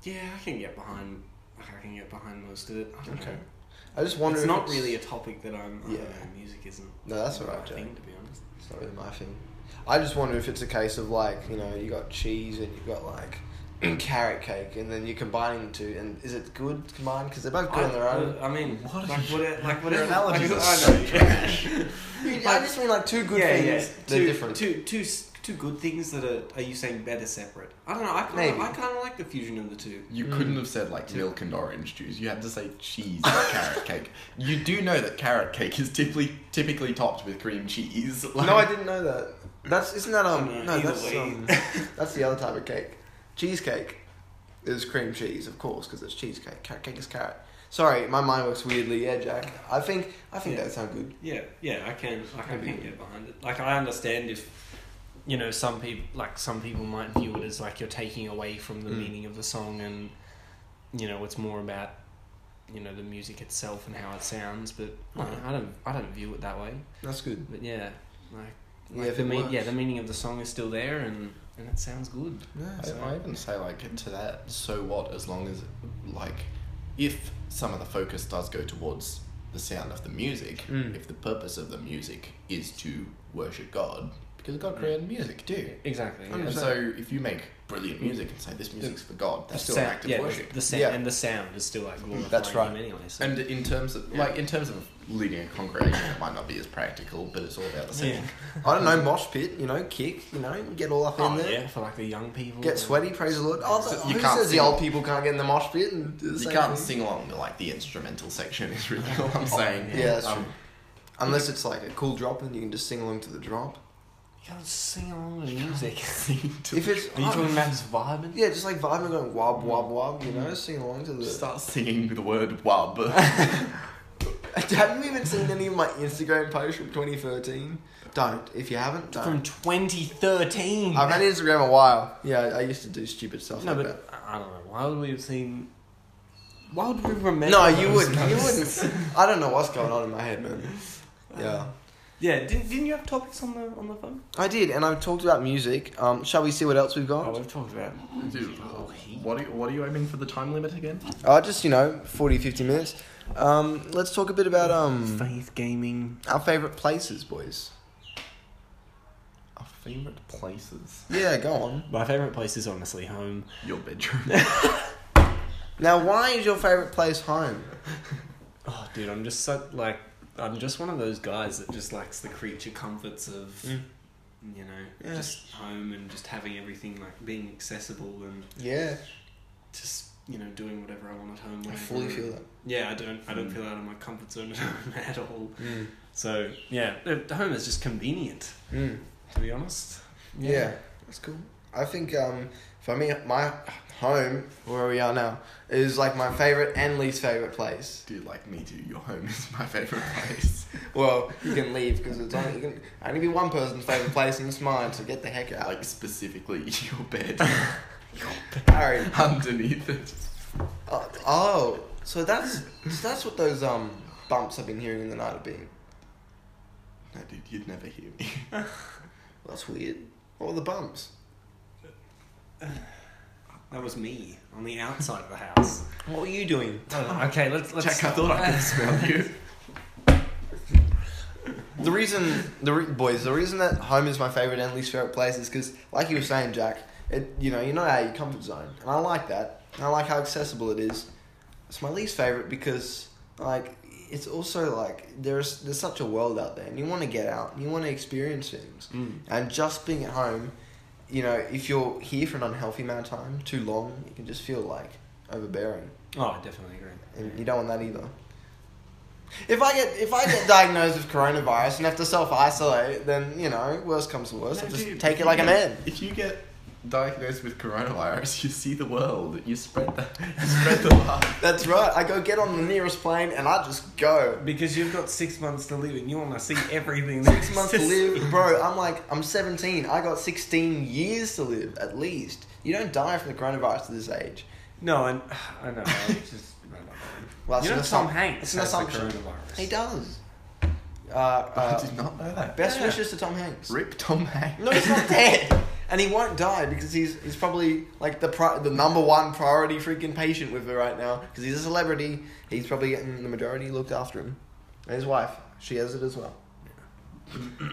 Yeah, I can get behind. I can get behind most of it. I don't Okay. know. I just wonder. It's if not really a topic that I'm. Yeah. Yeah. music isn't. No, that's my alright, Jack. thing, to be honest. It's not really my thing. I just wonder if it's a case of like you know you got cheese and you got like carrot cake and then you're combining the two and is it good combined because they're both good on their I, own. I mean, What like, are what, it- like what Your it- analogies like, are I so know, yeah. I just mean like two good yeah, things. yeah. They're two, different. Two, two, s- two good things that are. Are you saying better separate? I don't know. I kind Maybe. of. I kind of like the fusion of the two. You couldn't have said like milk and orange juice. You had to say cheese and carrot cake. You do know that carrot cake is typically typically topped with cream cheese. Like, No, I didn't know that. That's isn't that um No, no either that's way. um, that's the other type of cake. Cheesecake is cream cheese, of course, because it's cheesecake. Carrot cake is carrot. Sorry, my mind works weirdly. Yeah, Jack. I think I think Yeah. that sounds good. Yeah, yeah, I can, like, I Maybe. can get behind it. Like, I understand if, you know, some people, like, some people might view it as like you're taking away from the Mm. meaning of the song, and you know, it's more about, you know, the music itself and how it sounds. But like, Mhm. I don't, I don't view it that way. That's good. But yeah, like, Yeah, like if the it mean, yeah, works. the meaning of the song is still there, and and it sounds good. Yeah, I, I even say like to that. So what? As long as like, if some of the focus does go towards the sound of the music, Mm. if the purpose of the music is to worship God, because God created music too. Mm. Exactly. yeah. And so if you make brilliant music and say this music's for God, that's still an act of yeah, worship. the sound Yeah. and the sound is still like glorifying That's right. him anyway. So. And in terms of like in terms of leading a congregation, it might not be as practical, but it's all about the same. yeah. I don't know mosh pit. You know, kick. You know, get all up in Oh, there. yeah, for like the young people. Get and- sweaty, praise the Lord. Oh, So the- you who can't says the sing. old people can't get in the mosh pit? And do the You same can't thing? sing along to like the instrumental section is really all I'm saying. Oh, Yeah, that's Um, true. Unless it's like a cool drop, and you can just sing along to the drop. You can't sing along with music. If it's Are you talking about just vibing? yeah, just like vibing, going wab wab wab, you know, sing along to the. Start singing the word wub. Have you even seen any of my Instagram posts from 2013? Don't. If you haven't, From don't. 2013. I've had Instagram a while. Yeah, I I used to do stupid stuff no, like but I I don't know. Why would we have seen? Why would we remember? that. No, you those wouldn't. You numbers? wouldn't. I don't know what's going on in my head, man. Yeah. Yeah, didn't, didn't you have topics on the on the phone? I did, and I've talked about music. Um, shall we see what else Oh, we've got? we've talked about. Dude, what are you, what are you aiming for the time limit again? Uh, just, you know, 40, 50 minutes. Um, let's talk a bit about um, Faith gaming. our favourite places, boys. Our favorite places. Yeah, go on. My favorite place is honestly home. Your bedroom. Now, why is your favourite place home? Oh, dude, I'm just so like I'm just one of those guys that just likes the creature comforts of Mm. you know Yeah. just home and just having everything like being accessible and Yeah, just you know doing whatever I want at home. I whenever. fully feel that. Yeah, I don't. I don't Mm. feel out of my comfort zone at home at all. So yeah, uh, home is just convenient Mm. to be honest. Yeah. that's cool. I think um, for me, my home, where we are now, is like my favorite and least favorite place. Dude, like me too. Your home is my favorite place. Well, you can leave because it's only you can only be one person's favorite place, and it's mine. So get the heck out. like specifically your bed Harry. underneath it. Oh, oh, so that's so that's what those um bumps I've been hearing in the night have been. No, dude, you'd never hear me. That's weird. What were the bumps? That was me on the outside of the house. Oh, What were you doing? okay, let's let's. Jack, I thought I could smell you. The reason, the re- boys, the reason that home is my favorite and least favorite place is because, like you were saying, Jack, it you know you're not out of your comfort zone, and I like that. And I like how accessible it is. It's my least favorite because, like, it's also like there's there's such a world out there, and you want to get out, and you want to experience things, Mm. and just being at home, you know, if you're here for an unhealthy amount of time, too long, you can just feel like overbearing Oh, I definitely agree. and you don't want that either. If I get if I get diagnosed with coronavirus and have to self isolate, then you know, worst comes to worst, No, I'll just dude, take if it you like a get- man. If you get diagnosed with coronavirus, you see the world. You spread the you spread the love. That's right. I go get on the nearest plane and I just go. Because you've got six months to live and you want to see everything. Six months to live, bro. I'm like I'm 17. I got 16 years to live at least. You don't die from the coronavirus at this age. No, and I know. It's just, I don't know. Well, you an know assump- Tom Hanks It's an has the assumption. coronavirus. He does. Uh, uh, I did not know that. best Yeah. wishes to Tom Hanks. Rip Tom Hanks. No, he's not dead. And he won't die because he's he's probably like the pri- the number one priority freaking patient with her right now because he's a celebrity. He's probably getting the majority looked after him, and his wife. She has it as well.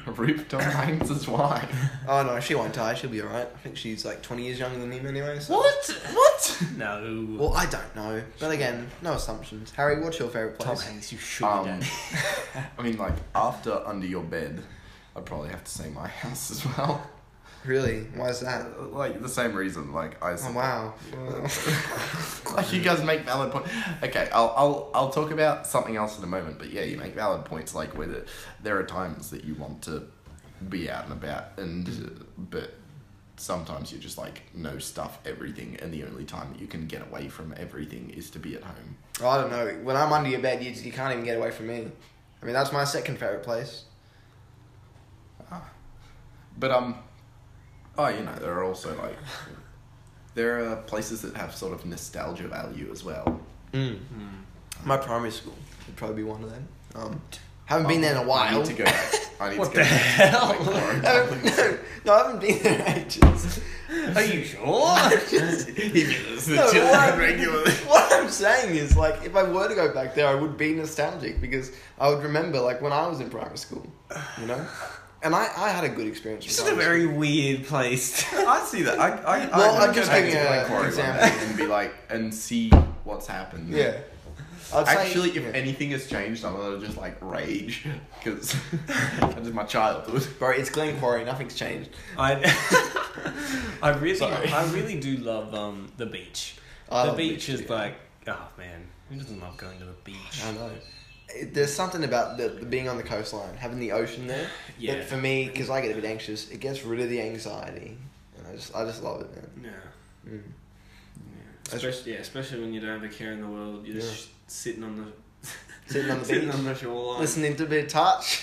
Rip Tom Hanks' wife. Oh no, she won't die. She'll be all right. I think she's like twenty years younger than him anyway. So. What? What? No. Well, I don't know, but again, no assumptions. Harry, what's your favorite Tom place? Hanks, you should be Um, dead. I mean, like after under your bed, I'd probably have to say my house as well. Uh, Really? Why is that? Like the same reason. Like I. Oh wow. Like you guys make valid points. Okay, I'll, I'll I'll talk about something else in a moment. But yeah, you make valid points. Like whether there are times that you want to be out and about, and uh, but sometimes you're just like no stuff, everything, and the only time that you can get away from everything is to be at home. Oh, I don't know. When I'm under your bed, you you can't even get away from me. I mean, that's my second favorite place. But um, oh, you know, there are also like there are places that have sort of nostalgia value as well. Mm. Hmm. My primary school would probably be one of them. Um, haven't been there in a I while. Oh, need to go. Back. I need What to go the back. hell? Like, I Lauren haven't- Collins. no, no, I haven't been there in ages. Are you sure? He visits the No, gym what? regularly. What I'm saying is, like, if I were to go back there, I would be nostalgic because I would remember, like, when I was in primary school, you know? And I, I had a good experience. with This is a primary very weird place. I see that. I, I, Well, I I'm just going giving to a Glen Quarry one day example. and be like, and see what's happened. school. Yeah. I'd say- Actually, if yeah. anything has changed, I'm gonna just like rage because that is my childhood. Bro, it's Glen Quarry, nothing's changed. I, I really, Sorry. I really do love um, the beach. I the love the beach, beach is too. like, oh man, who doesn't love going to the beach? I know. it- there's something about the, the being on the coastline, having the ocean there. Yeah. That for me, because I get a bit anxious, it gets rid of the anxiety, and I just I just love it, man. Yeah. Mm. Yeah. Especially, yeah, especially when you don't have a care in the world, you're just sitting on the Sitting on the sitting beach. on the shoreline. Listening to a bit of touch.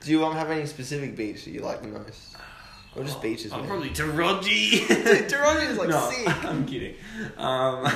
Do you um, have any specific beach that you like the most, or just beaches? oh, I'm man? probably Taraji. Taronga is like no, sick. I'm kidding. Um,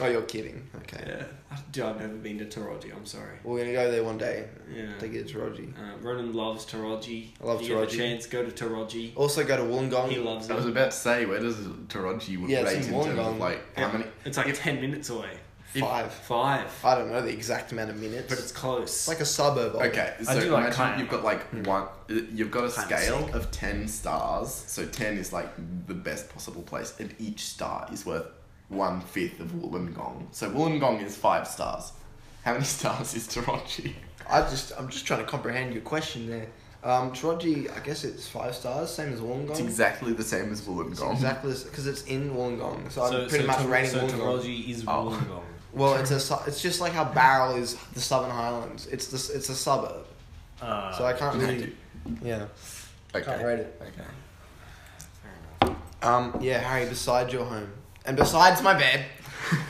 Oh, you're kidding. Okay. yeah. Dude, I've never been to Taraji. I'm sorry. We're gonna go there one day. Yeah. Take it to Roji. Uh, Ronan loves Taraji. I love if you get Taraji. the chance, go to Taraji. Also go to Wollongong. He loves I was it. about to say, where does Taraji Yeah, yeah, it's rate in in terms Wollongong. of like how many? It's like 10 minutes away. Five. Five. I don't know the exact amount of minutes. But it's close. It's like a suburb. Of Okay, so I do like imagine kayak. you've got like Hmm. one, you've got a Kayak's scale sick. of ten stars. So ten is like the best possible place, and each star is worth one fifth of Wollongong. So Wollongong is five stars. How many stars is Taraji? I just I'm just trying to comprehend your question there. Um, Taraji, I guess it's five stars, same as Wollongong. It's exactly the same as It's Wollongong. exactly because it's in Wollongong, so, So- I'm pretty so much Tar- rating so Wollongong. Taraji is Oh. Wollongong. Well, it's a su- it's just like how Barrel is the Southern Highlands. It's the, s- it's a suburb, Uh, so I can't yeah. really yeah Okay. can't rate it. Okay. Um, yeah, Harry, beside your home and besides my bed,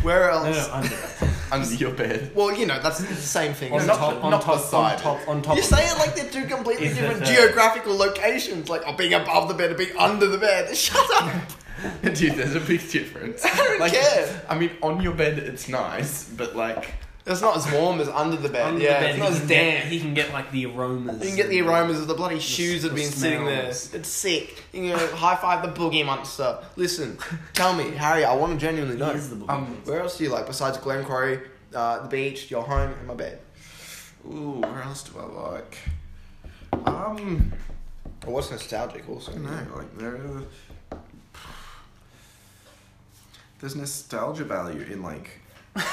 where no, else? no, under it. Under your bed. Well, you know that's the same thing. On isn't not- it? top, on not top, on beside it. top, on top. You of say it. it like they're two completely Is it different the- geographical locations, like oh, being above the bed and being under the bed. Shut up! Dude, there's a big difference. I don't Like, care. I mean, on your bed it's nice, but like, It's not as warm as under the bed. Under the yeah, bed, it's he not as can get- damp. He can get like the aromas. You can get the and- aromas of the bloody shoes that have the been sitting there. smells. It's sick. You can go high five the boogie monster. Listen, tell me, Harry, I want to genuinely know. He is the boogeyman. um, Where else do you like besides Glen Quarry, uh, the beach, your home, and my bed? ooh, where else do I like? Um, Or what's nostalgic also? I don't know. Like there, are- there's nostalgia value in like. what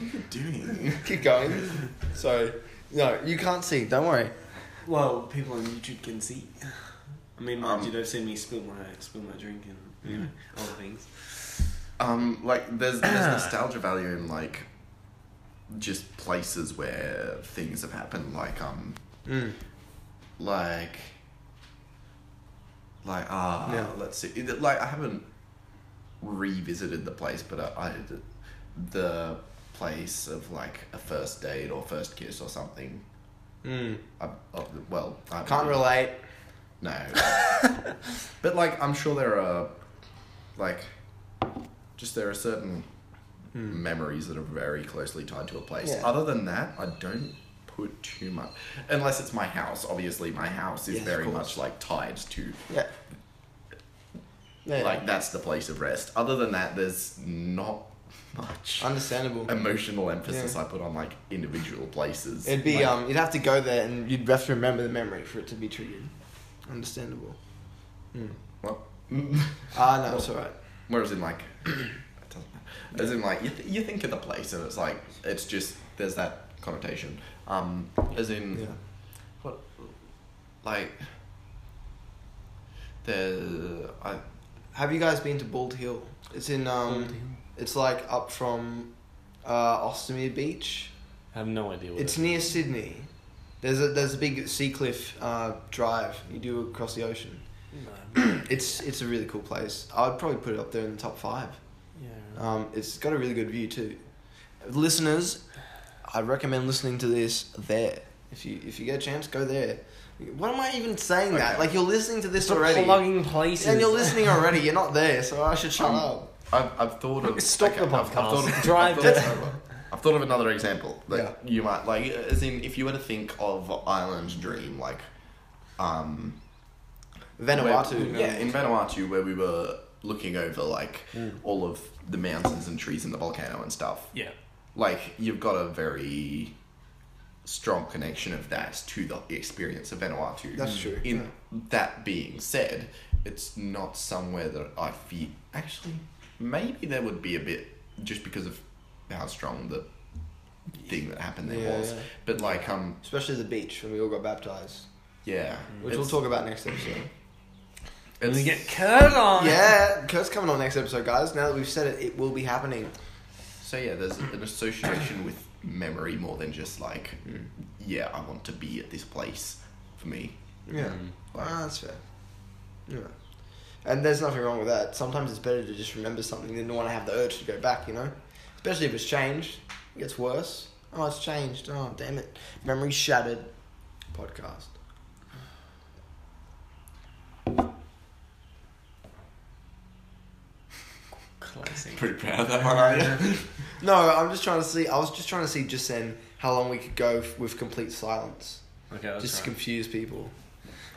are you doing? Keep going. So, no, you can't see. Don't worry. Well, people on YouTube can see. I mean, mind Um, you, they've seen me spill my spill my drink and you know, all the things. Um, like there's there's nostalgia value in like. Just places where things have happened, like um, Mm. like like ah Yeah. let's see It- like i haven't revisited the place but I, I the place of like a first date or first kiss or something Mm. I, oh, well I Can't relate. no but like i'm sure there are like just there are certain memories that are very closely tied to a place Hmm. Yeah. other than that i don't put too much unless it's my house obviously my house is Yes, of very course. much like tied to Yeah. Yeah. like that's the place of rest other than that there's not much understandable. emotional emphasis Yeah. i put on like individual places It'd be Like, um, you'd have to go there and you'd have to remember the memory for it to be triggered. Understandable. well, Ah, no, it's alright. Whereas in like, it doesn't matter. as in like you, th- you think of the place and it's like it's just there's that connotation. Um, as in Yeah. what like the I Have you guys been to Bald Hill? It's in um, it's like up from, uh, Ostomy Beach. I have no idea what It's near Sydney. There's a there's a big sea cliff uh, drive you do across the ocean. It's it's a really cool place. I would probably put it up there in the top five. yeah. Um, it's got a really good view too. Listeners, I recommend listening to this there. If you if you get a chance, go there. What am I even saying that? Okay. Like you're listening to this Stop already, plugging places. and you're listening already. You're not there, so I should shut Um, up. I've, I've thought of Stop the I've- I've, podcast. thought of, Drive I've thought, of, I've thought of another example that Yeah. you might like. As in, if you were to think of Island Dream, like, um, Vanuatu. Where, yeah, in Vanuatu, where we were looking over like Hmm. all of the mountains and trees and the volcano and stuff. yeah. Like you've got a very strong connection of that to the experience of Vanuatu. That's true, In yeah. that being said, it's not somewhere that I feel actually maybe there would be a bit just because of how strong the thing that happened there Yeah, was. yeah. But like um especially the beach when we all got baptized, yeah. which we'll it's- talk about next episode. And it's- we get curd Oh. on. Yeah, Kurt's coming on next episode, guys. Now that we've said it, it will be happening. So yeah, there's an association with memory more than just like, Mm. yeah, I want to be at this place for me. Yeah. Mm. Like, Ah, that's fair. Yeah. And there's nothing wrong with that. Sometimes it's better to just remember something than to want to have the urge to go back, you know? Especially if it's changed. It gets worse. Oh, it's changed. Oh, damn it. Memory shattered. Podcast. Classic. pretty proud of that one, I aren't know. you? no, I'm just trying to see. I was just trying to see just then how long we could go f- with complete silence. Okay, I'll just to try. confuse people.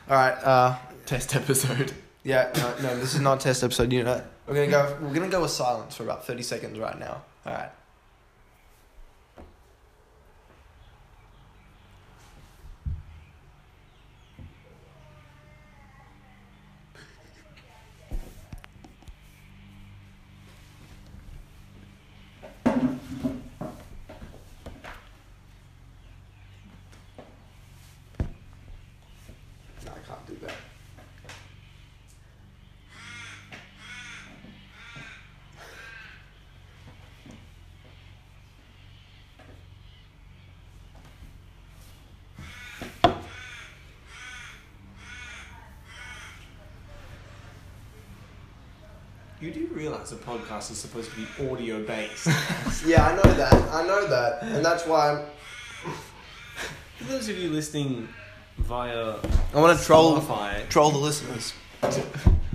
All right. Uh, Test episode. yeah. No, no, this is not a test episode. You know that. We're gonna go. We're gonna go with silence for about thirty seconds right now. All right. No, I can't do that. You do realize a podcast is supposed to be audio based. Yeah, I know that. I know that, and that's why I'm. For those of you listening via I want to troll Spotify, troll the listeners.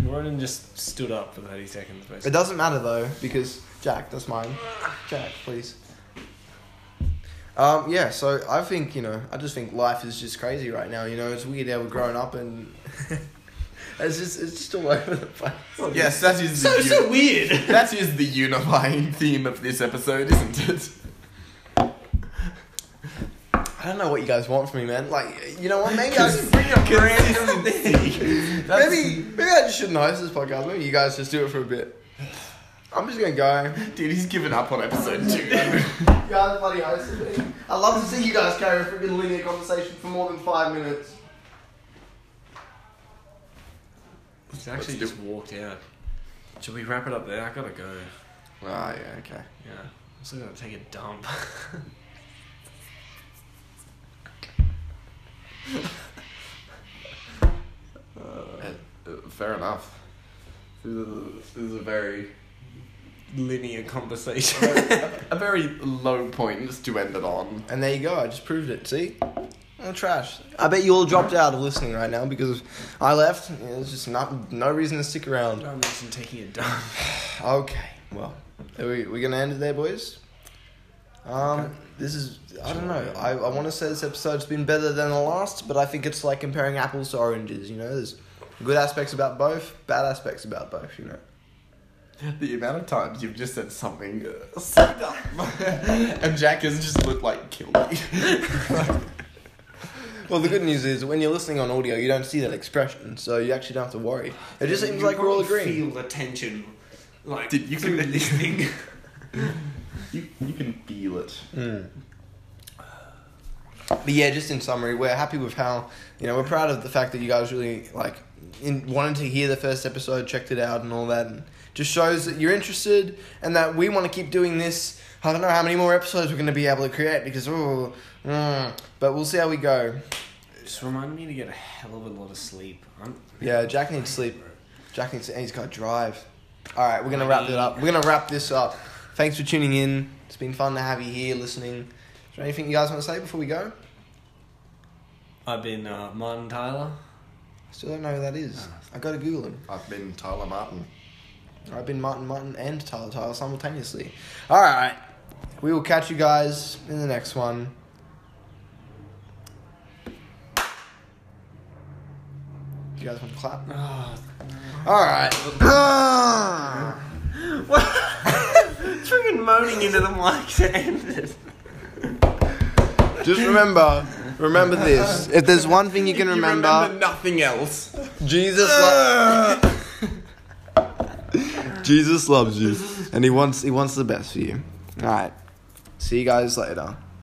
Ronan just stood up for 30 seconds It basically. doesn't matter though because Jack, that's mine. Jack, please. Um, yeah, so I think you know, I just think life is just crazy right now. You know, it's weird how we're growing up and it's just it's just all over the place. yes, that is the uni- weird. that is the unifying theme of this episode, isn't it? I don't know what you guys want from me, man. Like, you know what? Maybe I Cons- just, Consistency. That's- maybe maybe I just shouldn't host this podcast. Maybe you guys just do it for a bit. I'm just gonna go. Dude, he's given up on episode two. You guys bloody hosted me. I love to see you guys carry a freaking linear conversation for more than five minutes. He's actually Let's do- just walked out. Should we wrap it up there? I gotta go. Ah, yeah, okay. Yeah. I'm still gonna take a dump. Uh, uh, fair enough. This is a, this is a very Linear conversation. a, a very low point to end it on. And there you go. I just proved it. See? I'm trash. I bet you all dropped out of listening right now because I left. and There's just not no reason to stick around. I mentioned taking a dump. Okay. Well, are we we gonna end it there, boys? Um, this is I don't know. I, I want to say this episode's been better than the last, but I think it's like comparing apples to oranges. You know, there's good aspects about both, bad aspects about both. You know. The amount of times you've just said something uh, so dumb, and Jack has just looked like kill me. Well, the good news is when you're listening on audio, you don't see that expression, so you actually don't have to worry. It just seems You like we're all can't agreeing. Feel the tension. Like, Did you through can- listening. you you can feel it. Mm. But yeah, just in summary, we're happy with how you know we're proud of the fact that you guys really like in, wanted to hear the first episode, checked it out, and all that, and just shows that you're interested and that we want to keep doing this. I don't know how many more episodes we're going to be able to create because oh, mm, but we'll see how we go. Just remind me to get a hell of a lot of sleep. I'm, Yeah, Jack needs sleep. Jack needs he's got to drive. All right, we're gonna wrap it up. We're gonna wrap this up. Thanks for tuning in. It's been fun to have you here listening. Is there anything you guys want to say before we go? I've been uh, Martin Tyler. I still don't know who that is. I gotta Google him. I've been Tyler Martin. I've been Martin Martin and Tyler Tyler simultaneously. All right, we will catch you guys in the next one. You guys want to clap? Oh, All right. freaking moaning into the mic to end it. Just remember, remember this. If there's one thing you can You remember, nothing else. Jesus, lo- Jesus loves you, and he wants he wants the best for you. All right, see you guys later.